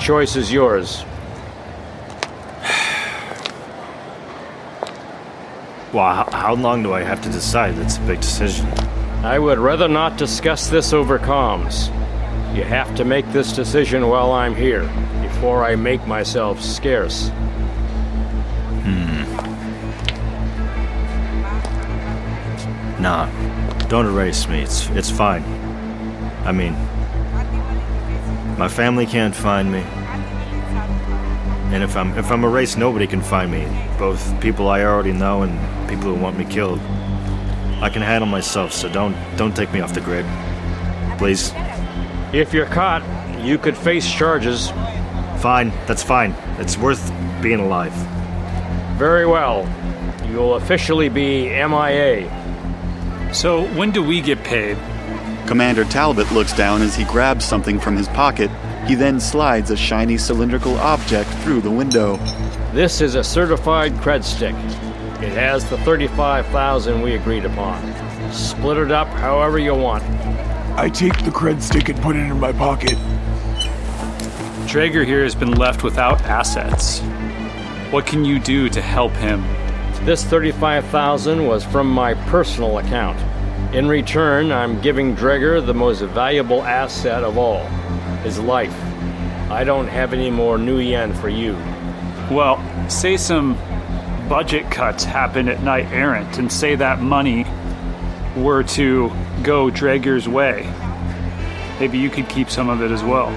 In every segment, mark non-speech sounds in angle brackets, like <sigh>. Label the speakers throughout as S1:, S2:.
S1: choice is yours.
S2: Wow, h- how long do I have to decide? That's a big decision.
S1: I would rather not discuss this over comms. You have to make this decision while I'm here, before I make myself scarce.
S2: Nah, don't erase me. It's it's fine. I mean, my family can't find me, and if I'm if I'm erased, nobody can find me. Both people I already know and people who want me killed. I can handle myself, so don't don't take me off the grid, please.
S1: If you're caught, you could face charges.
S2: Fine, that's fine. It's worth being alive.
S1: Very well. You'll officially be MIA.
S3: So, when do we get paid?
S4: Commander Talbot looks down as he grabs something from his pocket. He then slides a shiny cylindrical object through the window.
S1: This is a certified cred stick. It has the 35,000 we agreed upon. Split it up however you want.
S5: I take the cred stick and put it in my pocket.
S3: Draeger here has been left without assets. What can you do to help him?
S1: This 35,000 was from my personal account. In return, I'm giving Dreger the most valuable asset of all, his life. I don't have any more new yen for you.
S3: Well, say some budget cuts happen at Night Errant, and say that money were to go Draeger's way. Maybe you could keep some of it as well.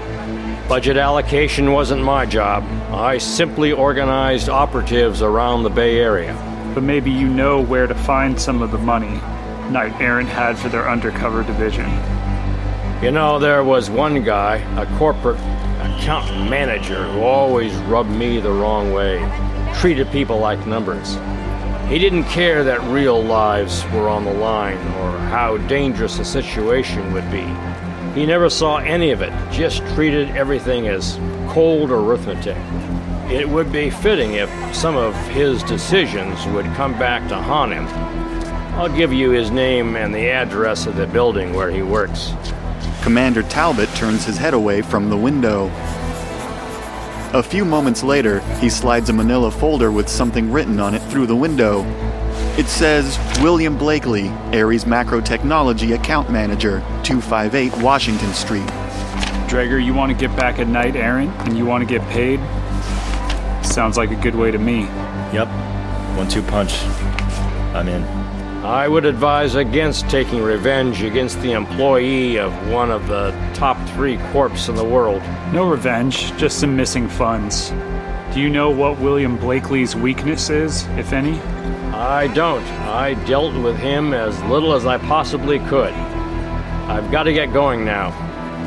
S1: Budget allocation wasn't my job. I simply organized operatives around the Bay Area.
S3: But maybe you know where to find some of the money Night Errant had for their undercover division.
S1: You know, there was one guy, a corporate account manager, who always rubbed me the wrong way, treated people like numbers. He didn't care that real lives were on the line or how dangerous the situation would be. He never saw any of it, just treated everything as cold arithmetic. It would be fitting if some of his decisions would come back to haunt him. I'll give you his name and the address of the building where he works.
S4: Commander Talbot turns his head away from the window. A few moments later, he slides a manila folder with something written on it through the window. It says William Blakely, Ares Macro Technology Account Manager, 258 Washington Street.
S3: Draeger, you want to get back at Night Errant and you want to get paid? Sounds like a good way to me.
S2: Yep, one-two punch. I'm in.
S1: I would advise against taking revenge against the employee of one of the top three corps in the world.
S3: No revenge, just some missing funds. Do you know what William Blakely's weakness is, if any?
S1: I don't. I dealt with him as little as I possibly could. I've got to get going now.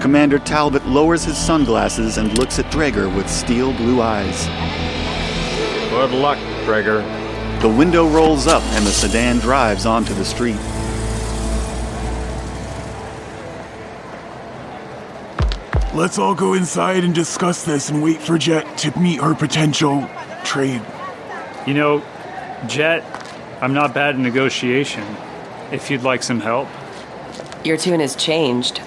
S4: Commander Talbot lowers his sunglasses and looks at Draeger with steel blue eyes.
S1: Good luck, Gregor.
S4: The window rolls up and the sedan drives onto the street.
S5: Let's all go inside and discuss this and wait for Jet to meet her potential trade.
S3: You know, Jet, I'm not bad at negotiation. If you'd like some help,
S6: Your tune has changed.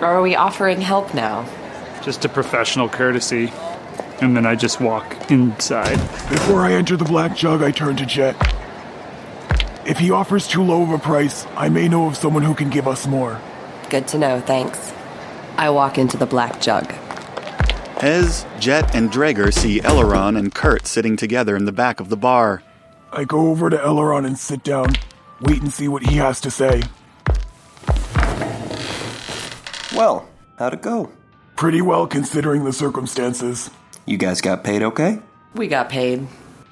S6: Are we offering help now?
S3: just a professional courtesy. And then I just walk inside.
S5: Before I enter the black jug, I turn to Jet. If he offers too low of a price, I may know of someone who can give us more.
S6: Good to know, thanks. I walk into the black jug.
S4: Hez, Jet, and Draeger see Eleron and Kurt sitting together in the back of the bar.
S5: I go over to Eleron and sit down, wait and see what he has to say.
S7: Well, how'd it go?
S5: Pretty well considering the circumstances.
S7: You guys got paid okay?
S6: We got paid.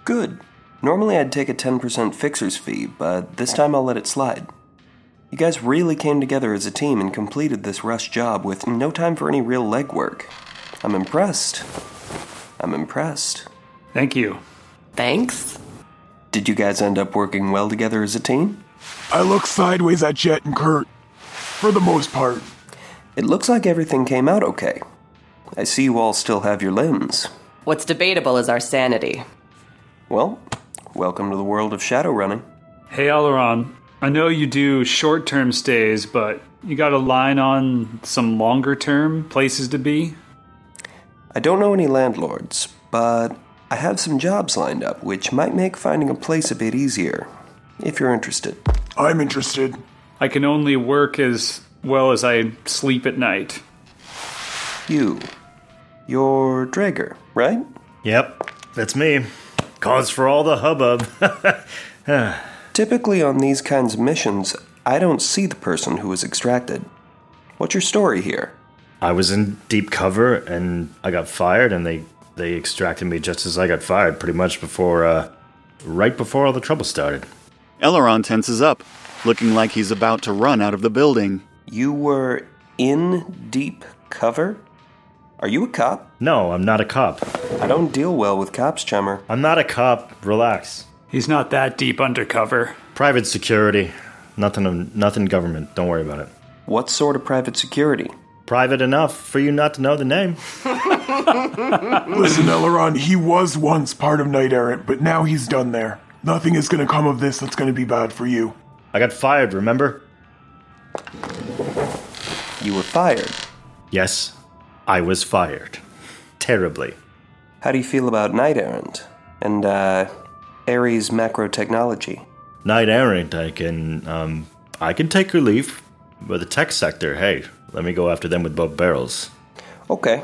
S7: Good. Normally I'd take a 10% fixer's fee, but this time I'll let it slide. You guys really came together as a team and completed this rush job with no time for any real legwork. I'm impressed. I'm impressed.
S3: Thank you.
S6: Thanks?
S7: Did you guys end up working well together as a team?
S5: I look sideways at Jet and Kurt. For the most part,
S7: It looks like everything came out okay. I see you all still have your limbs.
S6: What's debatable is our sanity.
S7: Well, welcome to the world of shadow running.
S3: Hey, Alaron, I know you do short term stays, but you got a line on some longer term places to be?
S7: I don't know any landlords, but I have some jobs lined up which might make finding a place a bit easier, if you're interested.
S5: I'm interested.
S3: I can only work as well as I sleep at night.
S7: You. You're Drager, right?
S2: Yep, that's me. Cause for all the hubbub. <laughs>
S7: Typically, on these kinds of missions, I don't see the person who was extracted. What's your story here?
S2: I was in deep cover and I got fired, and they they extracted me just as I got fired, pretty much before, uh, right before all the trouble started.
S4: Eleron tenses up, looking like he's about to run out of the building.
S7: You were in deep cover? Are you a cop?
S2: No, I'm not a cop.
S7: I don't deal well with cops, Chummer.
S2: I'm not a cop. Relax.
S3: He's not that deep undercover.
S2: Private security, nothing, nothing government. Don't worry about it.
S7: What sort of private security?
S2: Private enough for you not to know the name.
S5: Listen, Eleron, he was once part of Knight Errant, but now he's done there. Nothing is going to come of this that's going to be bad for you.
S2: I got fired. Remember?
S7: You were fired.
S2: Yes, I was fired. Terribly.
S7: How do you feel about Knight Errant and uh, Ares Macro Technology?
S2: Knight errant, I can, um, I can take or leave. But the tech sector, hey, let me go after them with both barrels.
S7: Okay.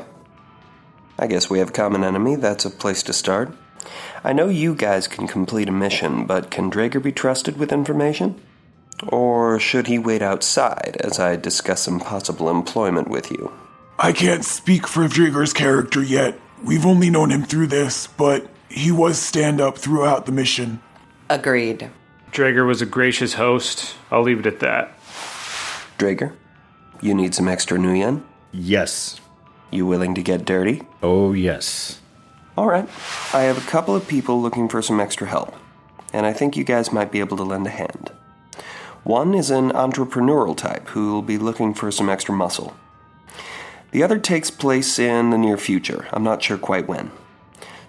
S7: I guess we have a common enemy. That's a place to start. I know you guys can complete a mission, but can Drager be trusted with information? Or should he wait outside as I discuss some possible employment with you?
S5: I can't speak for Drieger's character yet. We've only known him through this, but he was stand up throughout the mission.
S6: Agreed.
S3: Drager was a gracious host. I'll leave it at that.
S7: Drager, you need some extra Nuyen?
S2: Yes.
S7: You willing to get dirty?
S2: Oh, yes.
S7: All right. I have a couple of people looking for some extra help, and I think you guys might be able to lend a hand. One is an entrepreneurial type who will be looking for some extra muscle. The other takes place in the near future. I'm not sure quite when.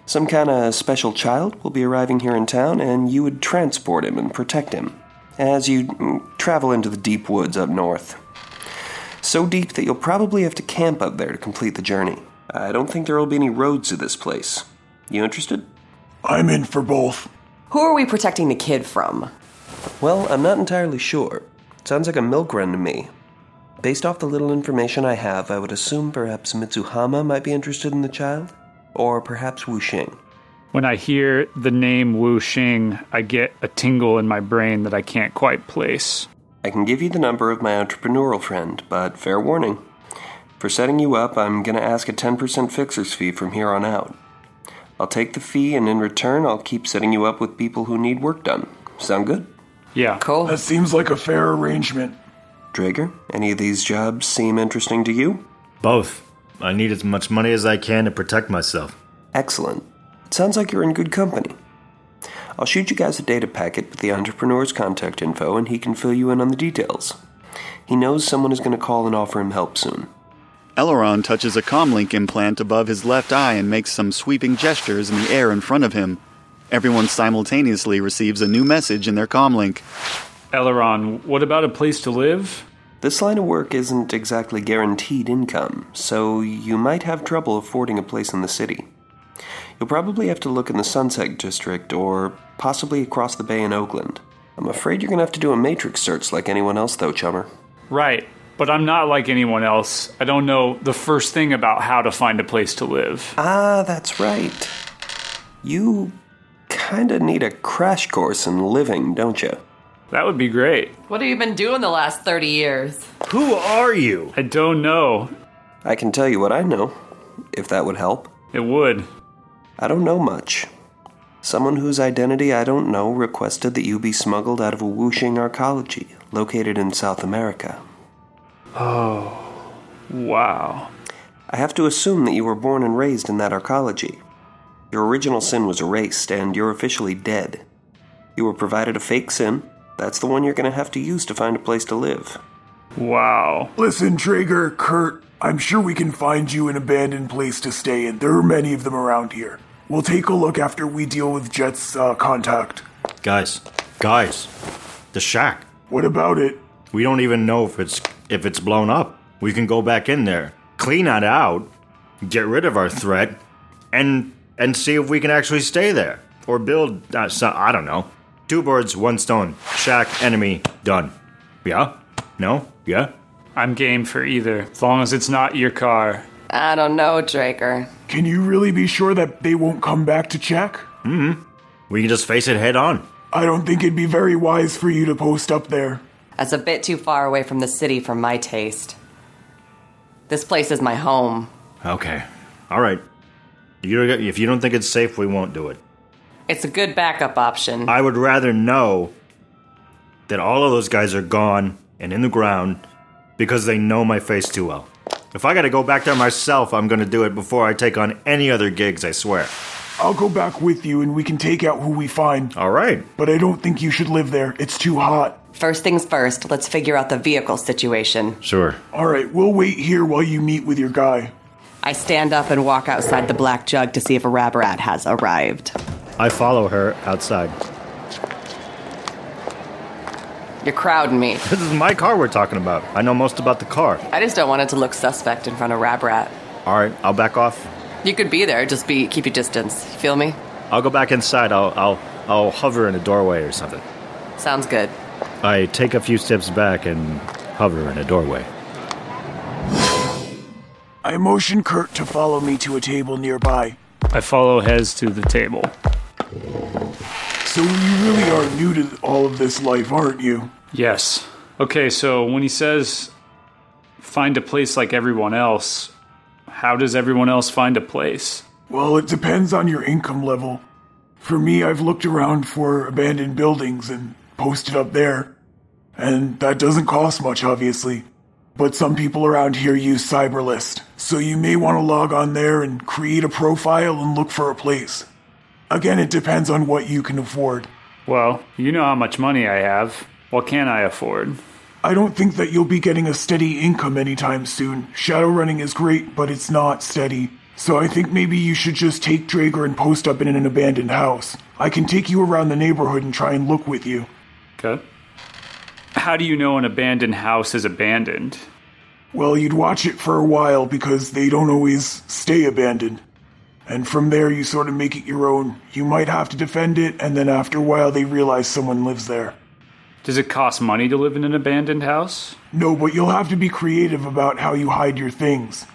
S7: Some kind of special child will be arriving here in town, and you would transport him and protect him as you mm, travel into the deep woods up north. So deep that you'll probably have to camp up there to complete the journey. I don't think there will be any roads to this place. You interested?
S5: I'm in for both.
S6: Who are we protecting the kid from?
S7: Well, I'm not entirely sure. Sounds like a milk run to me. Based off the little information I have, I would assume perhaps Mitsuhama might be interested in the child, or perhaps Wuxing.
S3: When I hear the name Wu Xing, I get a tingle in my brain that I can't quite place.
S7: I can give you the number of my entrepreneurial friend, but fair warning. For setting you up, I'm going to ask a 10% fixer's fee from here on out. I'll take the fee, and in return, I'll keep setting you up with people who need work done. Sound good?
S3: Yeah.
S6: Cool.
S5: That seems like a fair arrangement.
S7: Drager, any of these jobs seem interesting to you?
S2: Both. I need as much money as I can to protect myself.
S7: Excellent. It sounds like you're in good company. I'll shoot you guys a data packet with the entrepreneur's contact info, and he can fill you in on the details. He knows someone is going to call and offer him help soon.
S4: Eleron touches a comlink implant above his left eye and makes some sweeping gestures in the air in front of him. Everyone simultaneously receives a new message in their comlink.
S3: Eleron, what about a place to live?
S7: This line of work isn't exactly guaranteed income, so you might have trouble affording a place in the city. You'll probably have to look in the Sunset District or possibly across the bay in Oakland. I'm afraid you're gonna have to do a matrix search like anyone else, though, Chummer.
S3: Right. But I'm not like anyone else. I don't know the first thing about how to find a place to live.
S7: Ah, that's right. You kinda need a crash course in living, don't you?
S3: That would be great.
S6: What have you been doing the last 30 years?
S2: Who are you?
S3: I don't know.
S7: I can tell you what I know, if that would help.
S3: It would.
S7: I don't know much. Someone whose identity I don't know requested that you be smuggled out of a Wuxing arcology located in South America.
S3: Wow.
S7: I have to assume that you were born and raised in that arcology. Your original sin was erased, and you're officially dead. You were provided a fake sin. That's the one you're going to have to use to find a place to live.
S3: Wow.
S5: Listen, Traeger, Kurt, I'm sure we can find you an abandoned place to stay, and there are many of them around here. We'll take a look after we deal with Jet's uh, contact.
S2: Guys, guys, the shack.
S5: What about it?
S2: We don't even know if it's if it's blown up. We can go back in there, clean it out, get rid of our threat, and and see if we can actually stay there or build. Uh, so, I don't know. Two birds, one stone. Shack enemy done. Yeah. No. Yeah.
S3: I'm game for either, as long as it's not your car.
S6: I don't know, Draker.
S5: Can you really be sure that they won't come back to check?
S2: We can just face it head on.
S5: I don't think it'd be very wise for you to post up there.
S6: That's a bit too far away from the city for my taste. This place is my home.
S2: Okay. All right. You don't- if you don't think it's safe, we won't do it.
S6: It's a good backup option.
S2: I would rather know that all of those guys are gone and in the ground because they know my face too well. If I gotta go back there myself, I'm gonna do it before I take on any other gigs, I swear.
S5: I'll go back with you and we can take out who we find,
S2: All right.
S5: but I don't think you should live there. It's too hot.
S6: First things first, let's figure out the vehicle situation.
S2: Sure.
S5: Alright, we'll wait here while you meet with your guy.
S6: I stand up and walk outside the black jug to see if a rab rat has arrived.
S2: I follow her outside. <laughs>
S6: You're crowding me.
S2: This is my car we're talking about. I know most about the car.
S6: I just don't want it to look suspect in front of rab rat.
S2: All right, I'll back off.
S6: You could be there, just be keep your distance. You feel me?
S2: I'll go back inside. I'll, I'll, I'll hover in a doorway or something.
S6: Sounds good.
S2: I take a few steps back and hover in a doorway.
S5: I motion Kurt to follow me to a table nearby.
S3: I follow Hez to the table.
S5: So you really are new to all of this life, aren't you?
S3: Yes. Okay, so when he says find a place like everyone else, how does everyone else find a place?
S5: Well, it depends on your income level. For me, I've looked around for abandoned buildings and posted up there. And that doesn't cost much, obviously. But some people around here use Cyberlist, so you may want to log on there and create a profile and look for a place. Again, it depends on what you can afford.
S3: Well, you know how much money I have. What can I afford?
S5: I don't think that you'll be getting a steady income anytime soon. Shadowrunning is great, but it's not steady. So I think maybe you should just take Drager and post up in an abandoned house. I can take you around the neighborhood and try and look with you.
S3: Okay. How do you know an abandoned house is abandoned?
S5: Well, you'd watch it for a while because they don't always stay abandoned. And from there, you sort of make it your own. You might have to defend it, and then after a while, they realize someone lives there.
S3: Does it cost money to live in an abandoned house?
S5: No, but you'll have to be creative about how you hide your things.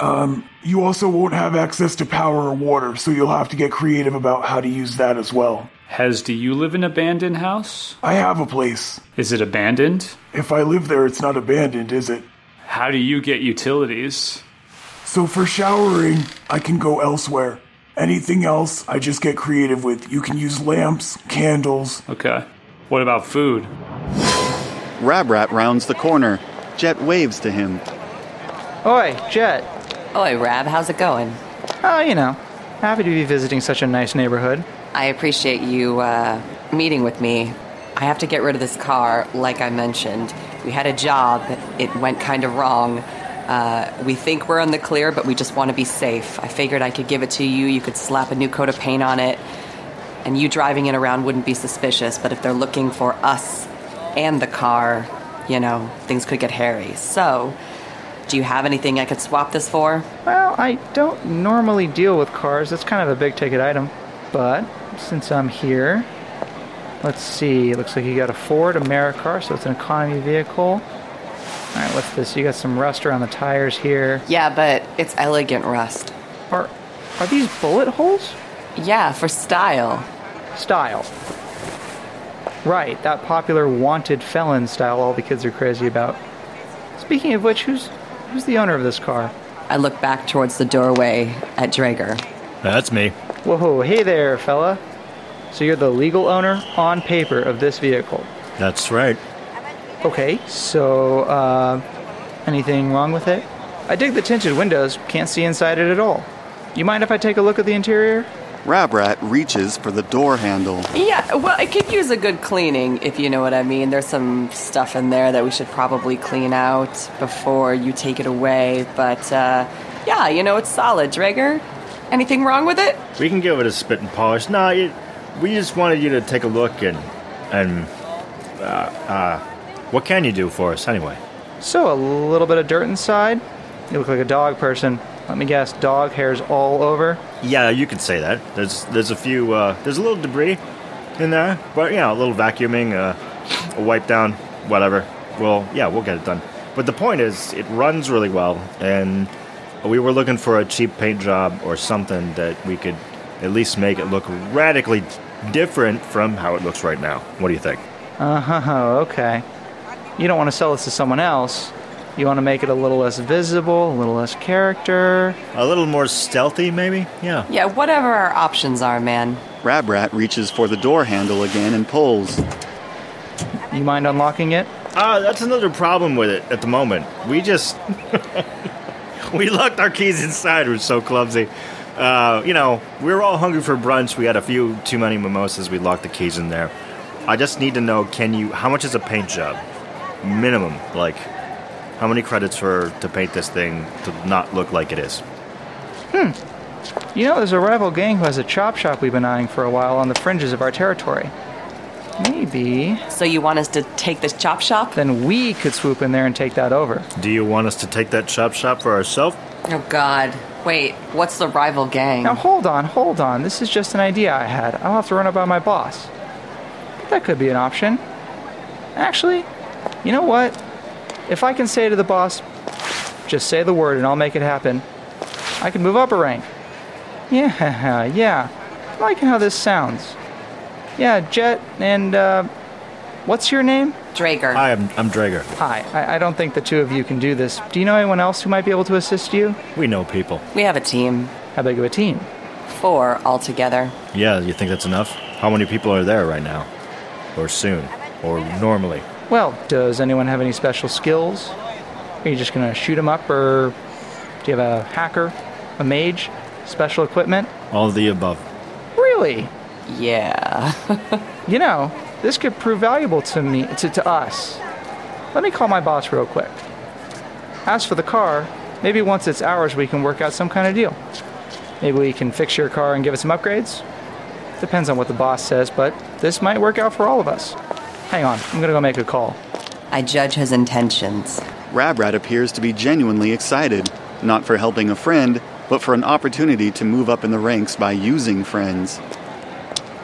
S5: Um, you also won't have access to power or water, so you'll have to get creative about how to use that as well.
S3: Hez, do you live in an abandoned house?
S5: I have a place.
S3: Is it abandoned?
S5: If I live there, it's not abandoned, is it?
S3: How do you get utilities?
S5: So for showering, I can go elsewhere. Anything else, I just get creative with. You can use lamps, candles.
S3: Okay. What about food?
S4: Rabrat rounds the corner. Jet waves to him.
S8: Oi, Jet.
S6: Oi, Rab, Oh, how's it going?
S8: Oh, you know, happy to be visiting such a nice neighborhood.
S6: I appreciate you uh, meeting with me. I have to get rid of this car, like I mentioned. We had a job, it went kind of wrong. Uh, we think we're in the clear, but we just want to be safe. I figured I could give it to you, you could slap a new coat of paint on it, and you driving it around wouldn't be suspicious, but if they're looking for us and the car, you know, things could get hairy. So, do you have anything I could swap this for?
S8: Well, I don't normally deal with cars. That's kind of a big ticket item. But since I'm here, let's see. Looks like you got a Ford AmeriCar, so it's an economy vehicle. All right, what's this? You got some rust around the tires here.
S6: Yeah, but it's elegant rust.
S8: Are are these bullet holes?
S6: Yeah, for style.
S8: Style. Right, that popular wanted felon style all the kids are crazy about. Speaking of which, who's who's the owner of this car?
S6: I look back towards the doorway at Drager.
S2: That's me.
S8: Whoa, hey there, fella. So you're the legal owner on paper of this vehicle.
S2: That's right.
S8: Okay, so uh, anything wrong with it? I dig the tinted windows, can't see inside it at all. You mind if I take a look at the interior?
S4: Rabrat reaches for the door handle.
S6: Yeah, well, it could use a good cleaning, if you know what I mean. There's some stuff in there that we should probably clean out before you take it away. But uh, yeah, you know, it's solid, Drager. Anything wrong with it?
S2: We can give it a spit and polish. Nah, it, we just wanted you to take a look and and uh, uh, what can you do for us anyway?
S8: So, a little bit of dirt inside. You look like a dog person.
S7: Let me guess, dog hairs all over.
S2: Yeah, you could say that. There's there's a few uh, there's a little debris in there, but yeah, a little vacuuming, uh, a wipe down, whatever. Well, yeah, we'll get it done. But the point is, it runs really well, and we were looking for a cheap paint job or something that we could at least make it look radically different from how it looks right now. What do you think?
S7: Uh
S8: Uh-huh,
S7: huh. Okay. You don't want to sell this to someone else. You want to make it a little less visible, a little less character.
S2: A little more stealthy, maybe? Yeah.
S6: Yeah, whatever our options are, man.
S4: Rab Rat reaches for the door handle again and pulls.
S7: You mind unlocking it?
S2: Ah, that's another problem with it at the moment. We just <laughs> we locked our keys inside. We're so clumsy. Uh, you know, we were all hungry for brunch. We had a few too many mimosas. We locked the keys in there. I just need to know: Can you? How much is a paint job? Minimum, like, how many credits for to paint this thing to not look like it is?
S7: You know, there's a rival gang who has a chop shop we've been eyeing for a while on the fringes of our territory. Maybe
S6: So you want us to take this chop shop?
S7: then we could swoop in there and take that over.
S2: Do you want us to take that chop shop for ourselves?
S6: Oh, God. Wait, what's the rival gang?
S7: Now hold on, hold on. This is just an idea I had. I'll have to run it by my boss. That could be an option. Actually, you know what? If I can say to the boss, just say the word and I'll make it happen, I can move up a rank. Yeah, <laughs> yeah. I'm liking how this sounds. Yeah, Jet and, uh, what's your name?
S6: Drager.
S2: I am. I'm Drager.
S7: Hi, I, I don't think the two of you can do this. Do you know anyone else who might be able to assist you?
S2: We know people.
S6: we have a team.
S7: How big of a team?
S6: Four altogether.
S2: Yeah, you think that's enough? How many people are there right now, or soon, or normally?
S7: Well, does anyone have any special skills? Are you just gonna shoot them up, or do you have a hacker, a mage, special equipment?
S2: All of the above.
S7: Really?
S6: Yeah.
S7: You know, this could prove valuable to me, to, to us. Let me call my boss real quick. As for the car, maybe once it's ours, we can work out some kind of deal. Maybe we can fix your car and give it some upgrades. Depends on what the boss says, but this might work out for all of us. Hang on, I'm gonna go make a call.
S6: I judge his intentions.
S4: Rab Rat appears to be genuinely excited, not for helping a friend, but for an opportunity to move up in the ranks by using friends.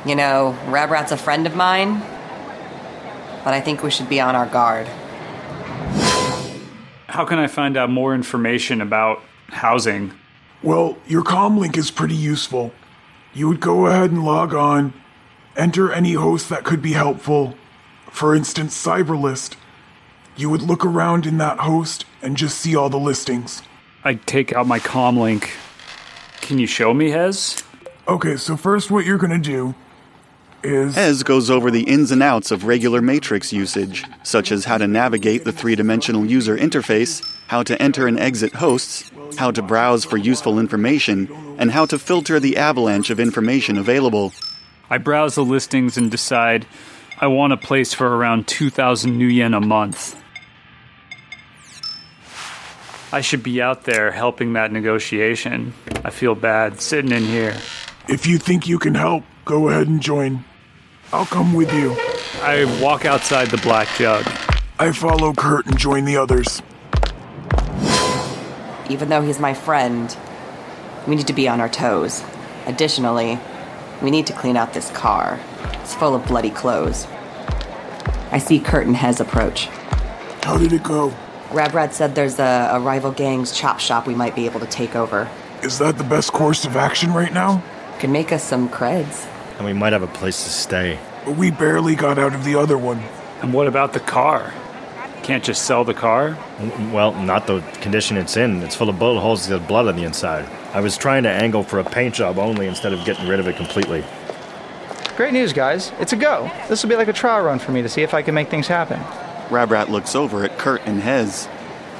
S6: You know, Rabrat's a friend of mine, but I think we should be on our guard.
S3: How can I find out more information about housing?
S5: Well, your comlink is pretty useful. You would go ahead and log on, enter any host that could be helpful, for instance, Cyberlist. You would look around in that host and just see all the listings.
S3: I take out my comm link. Can you show me, Hez?
S5: Okay, so first, what you're gonna do is
S4: Ez goes over the ins and outs of regular matrix usage, such as how to navigate the three dimensional user interface, how to enter and exit hosts, how to browse for useful information, and how to filter the avalanche of information available.
S3: I browse the listings and decide I want a place for around 2,000 new yen a month. I should be out there helping that negotiation. I feel bad sitting in here.
S5: if you think you can help, go ahead and join. I'll come with you.
S3: I walk outside the black jug.
S5: I follow Kurt and join the others.
S6: Even though he's my friend, we need to be on our toes. Additionally, we need to clean out this car. It's full of bloody clothes. I see Kurt and Hez approach.
S5: How did it go?
S6: Rabrat said there's a, a rival gang's chop shop we might be able to take over.
S5: Is that the best course of action right now?
S6: Could make us some creds.
S2: And we might have a place to stay.
S5: But we barely got out of the other one.
S3: And what about the car? Can't just sell the car?
S2: Well, not the condition it's in. It's full of bullet holes. There's blood on the inside. I was trying to angle for a paint job only instead of getting rid of it completely.
S7: Great news, guys. It's a go. This will be like a trial run for me to see if I can make things happen.
S4: Rab Rat looks over at Kurt and Hez.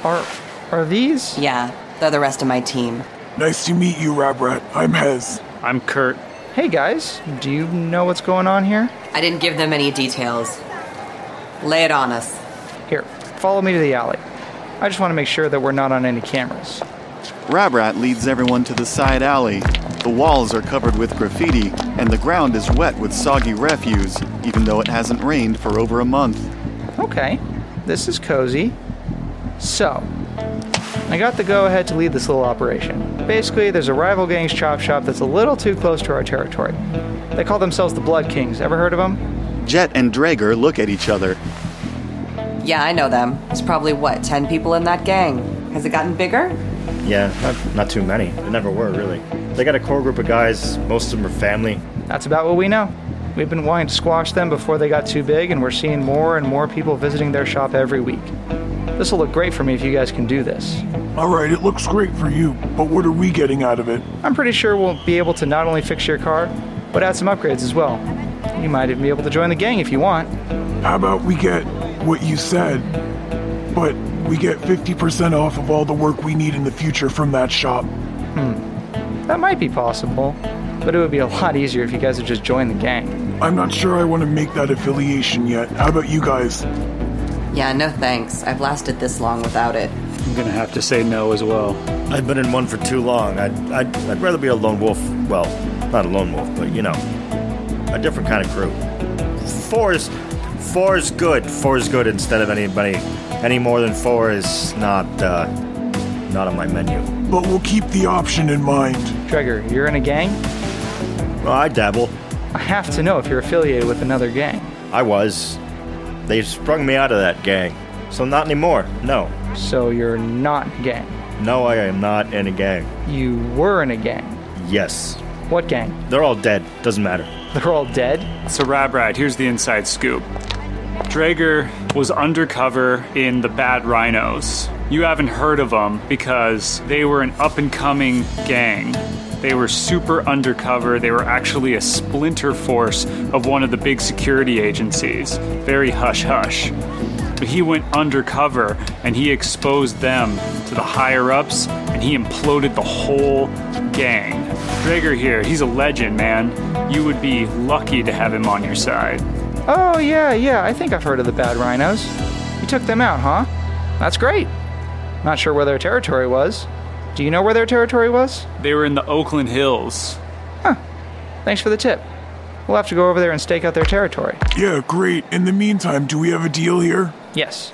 S7: Are are these?
S6: Yeah, they're the rest of my team.
S5: Nice to meet you, Rabrat. I'm Hez.
S3: I'm Kurt.
S7: Hey guys, do you know what's going on here?
S6: I didn't give them any details. Lay it on us.
S7: Here, follow me to the alley. I just want to make sure that we're not on any cameras.
S4: Rab Rat leads everyone to the side alley. The walls are covered with graffiti, and the ground is wet with soggy refuse, even though it hasn't rained for over a month.
S7: Okay, this is cozy. So,
S8: I got the go ahead to lead this little operation. Basically, there's a rival gang's chop shop that's a little too close to our territory. They call themselves the Blood Kings. Ever heard of them?
S4: Jet and Drager look at each other.
S6: Yeah, I know them. There's probably, what, 10 people in that gang? Has it gotten bigger?
S2: Yeah, not, not too many. There never were, really. They got a core group of guys, most of them are family.
S8: That's about what we know. We've been wanting to squash them before they got too big, and we're seeing more and more people visiting their shop every week. This will look great for me if you guys can do this.
S5: All right, it looks great for you, but what are we getting out of it?
S8: I'm pretty sure we'll be able to not only fix your car, but add some upgrades as well. You might even be able to join the gang if you want.
S5: How about we get what you said, but we get 50% off of all the work we need in the future from that shop?
S8: That might be possible, but it would be a lot easier if you guys would just join the gang.
S5: I'm not sure I want to make that affiliation yet. How about you guys?
S6: Yeah, no thanks. I've lasted this long without it.
S3: I'm gonna have to say no as well.
S2: I've been in one for too long. I'd, I'd, I'd rather be a lone wolf. Well, not a lone wolf, but you know, a different kind of crew. Four is, four is good. Four is good instead of anybody. Any more than four is not, uh, not on my menu.
S5: But we'll keep the option in mind.
S8: Trigger, you're in a gang?
S2: Well, I dabble.
S8: I have to know if you're affiliated with another gang.
S2: I was. They sprung me out of that gang. So not anymore. No.
S8: So you're not gang.
S2: No, I am not in a gang.
S8: You were in a gang.
S2: Yes.
S8: What gang?
S2: They're all dead. Doesn't matter.
S8: They're all dead?
S3: So, Rab Ride, here's the inside scoop. Drager was undercover in the Bad Rhinos. You haven't heard of them because they were an up and coming gang. They were super undercover. They were actually a splinter force of one of the big security agencies. Very hush hush. But he went undercover and he exposed them to the higher ups and he imploded the whole gang. Drager here, he's a legend, man. You would be lucky to have him on your side.
S8: Oh, yeah, yeah, I think I've heard of the bad rhinos. You took them out, huh? That's great. Not sure where their territory was. Do you know where their territory was?
S3: They were in the Oakland Hills.
S8: Thanks for the tip. We'll have to go over there and stake out their territory.
S5: Yeah, great. In the meantime, do we have a deal here?
S8: Yes.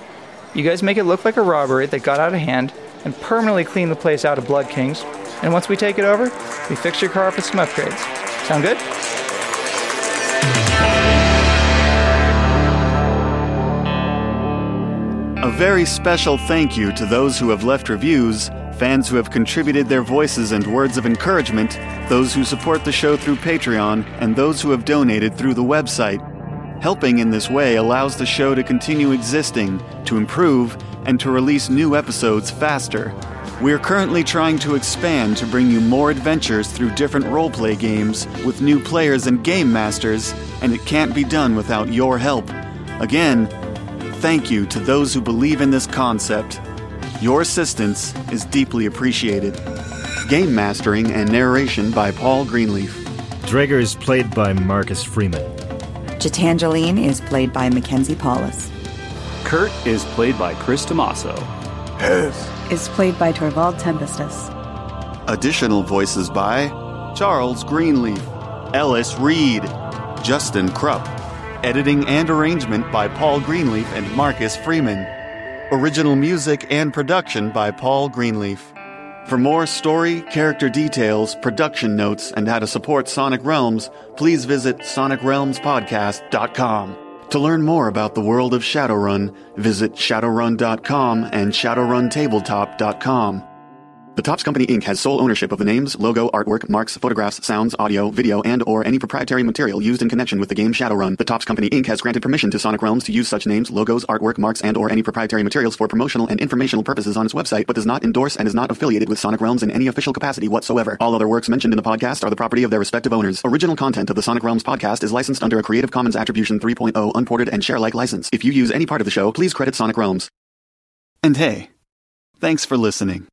S8: You guys make it look like a robbery that got out of hand and permanently clean the place out of Blood Kings. And once we take it over, we fix your car up with some upgrades. Sound good?
S4: A very special thank you to those who have left reviews, fans who have contributed their voices and words of encouragement, those who support the show through Patreon, and those who have donated through the website. Helping in this way allows the show to continue existing, to improve, and to release new episodes faster. We are currently trying to expand to bring you more adventures through different roleplay games with new players and game masters, and it can't be done without your help. Again, thank you to those who believe in this concept. Your assistance is deeply appreciated. Game mastering and narration by Paul Greenleaf.
S2: Drager is played by Marcus Freeman.
S9: Jatangeline is played by Mackenzie Paulus.
S7: Kurt is played by Chris Tomaso.
S5: Yes.
S9: Is played by Torvald Tempestus.
S4: Additional voices by Charles Greenleaf, Ellis Reed, Justin Krupp. Editing and arrangement by Paul Greenleaf and Marcus Freeman. Original music and production by Paul Greenleaf. For more story, character details, production notes, and how to support Sonic Realms, please visit sonicrealmspodcast.com. To learn more about the world of Shadowrun, visit shadowrun.com and shadowruntabletop.com. The Tops Company Inc. has sole ownership of the names, logo, artwork, marks, photographs, sounds, audio, video, and or any proprietary material used in connection with the game Shadowrun. The Tops Company Inc. has granted permission to Sonic Realms to use such names, logos, artwork, marks, and or any proprietary materials for promotional and informational purposes on its website, but does not endorse and is not affiliated with Sonic Realms in any official capacity whatsoever. All other works mentioned in the podcast are the property of their respective owners. Original content of the Sonic Realms podcast is licensed under a Creative Commons Attribution 3.0 unported and share like license. If you use any part of the show, please credit Sonic Realms. And hey, thanks for listening.